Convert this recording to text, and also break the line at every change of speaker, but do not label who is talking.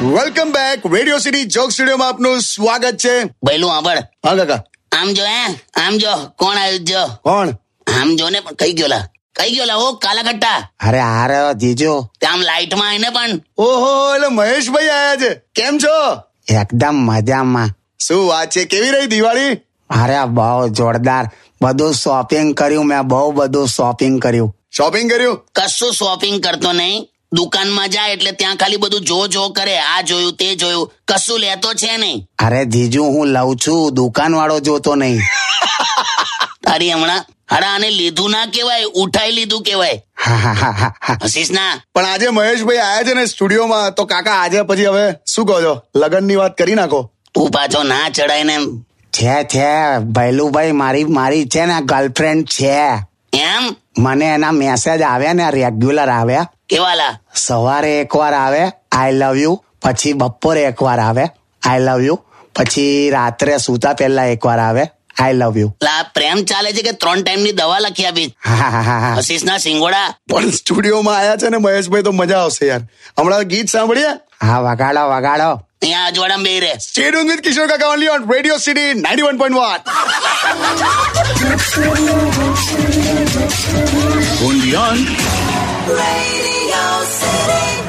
Welcome back Radio City joke સ્ટુડિયોમાં આપનું સ્વાગત છે
ભઈલું આંબળ
હા કાકા
આમ જો હે આમ જો કોણ આવ્યું જો
કોણ
આમ જો ને પણ કઈ ગયો લા કઈ ગયો લા ઓ કાલા કટ્ટા
અરે આ રહ્યો જીજુ
તે આમ લાઈટમાં આવીને પણ
ઓહો એટલે મહેશભાઈ આયા છે કેમ છો
એકદમ મજામાં
શું વાત છે કેવી રહી દિવાળી
અરે બહુ જોરદાર બધું શોપિંગ કર્યું મેં બહુ બધું શોપિંગ કર્યું
શોપિંગ કર્યું
કશું શોપિંગ કરતો નહીં દુકાનમાં જાય એટલે ત્યાં ખાલી બધું જો જો કરે આ જોયું તે જોયું કશું લેતો છે નહીં
અરે જીજુ હું લઉં છું દુકાન વાળો જોતો નહીં
તારી હમણાં હરા આને લીધું ના કહેવાય ઉઠાઈ લીધું કહેવાય
હા, હા, હા, હા, હા.
હસીશ ના
પણ આજે મહેશભાઈ આયા છે ને સ્ટુડિયોમાં તો કાકા આજે પછી હવે શું કહો છો લગ્નની વાત કરી નાખો
તું પાછો ના ચડાય ને
છે છે ભૈલુભાઈ મારી મારી છે ને ગર્લફ્રેન્ડ છે
એમ
મને એના મેસેજ આવ્યા ને રેગ્યુલર આવ્યા
કેવાલા
સવારે એકવાર આવે આઈ લવ યુ પછી બપોરે એકવાર આવે આઈ લવ યુ પછી રાત્રે સૂતા પહેલા એકવાર આવે આઈ લવ યુ
લા પ્રેમ ચાલે છે કે ત્રણ ટાઈમની દવા લખી આપી
હા હા હા, હા હા.
હસીશ ના સિંગોડા
પણ સ્ટુડિયોમાં આયા છે ને મહેશભાઈ તો મજા આવશે યાર હમણાં ગીત સાંભળીએ
હા વગાડો વગાડો
અહીંયા અજવાડામાં બે રહે
સ્ટેડ વિથ કિશોર કાકા only on radio city ninety one point one
Radio City.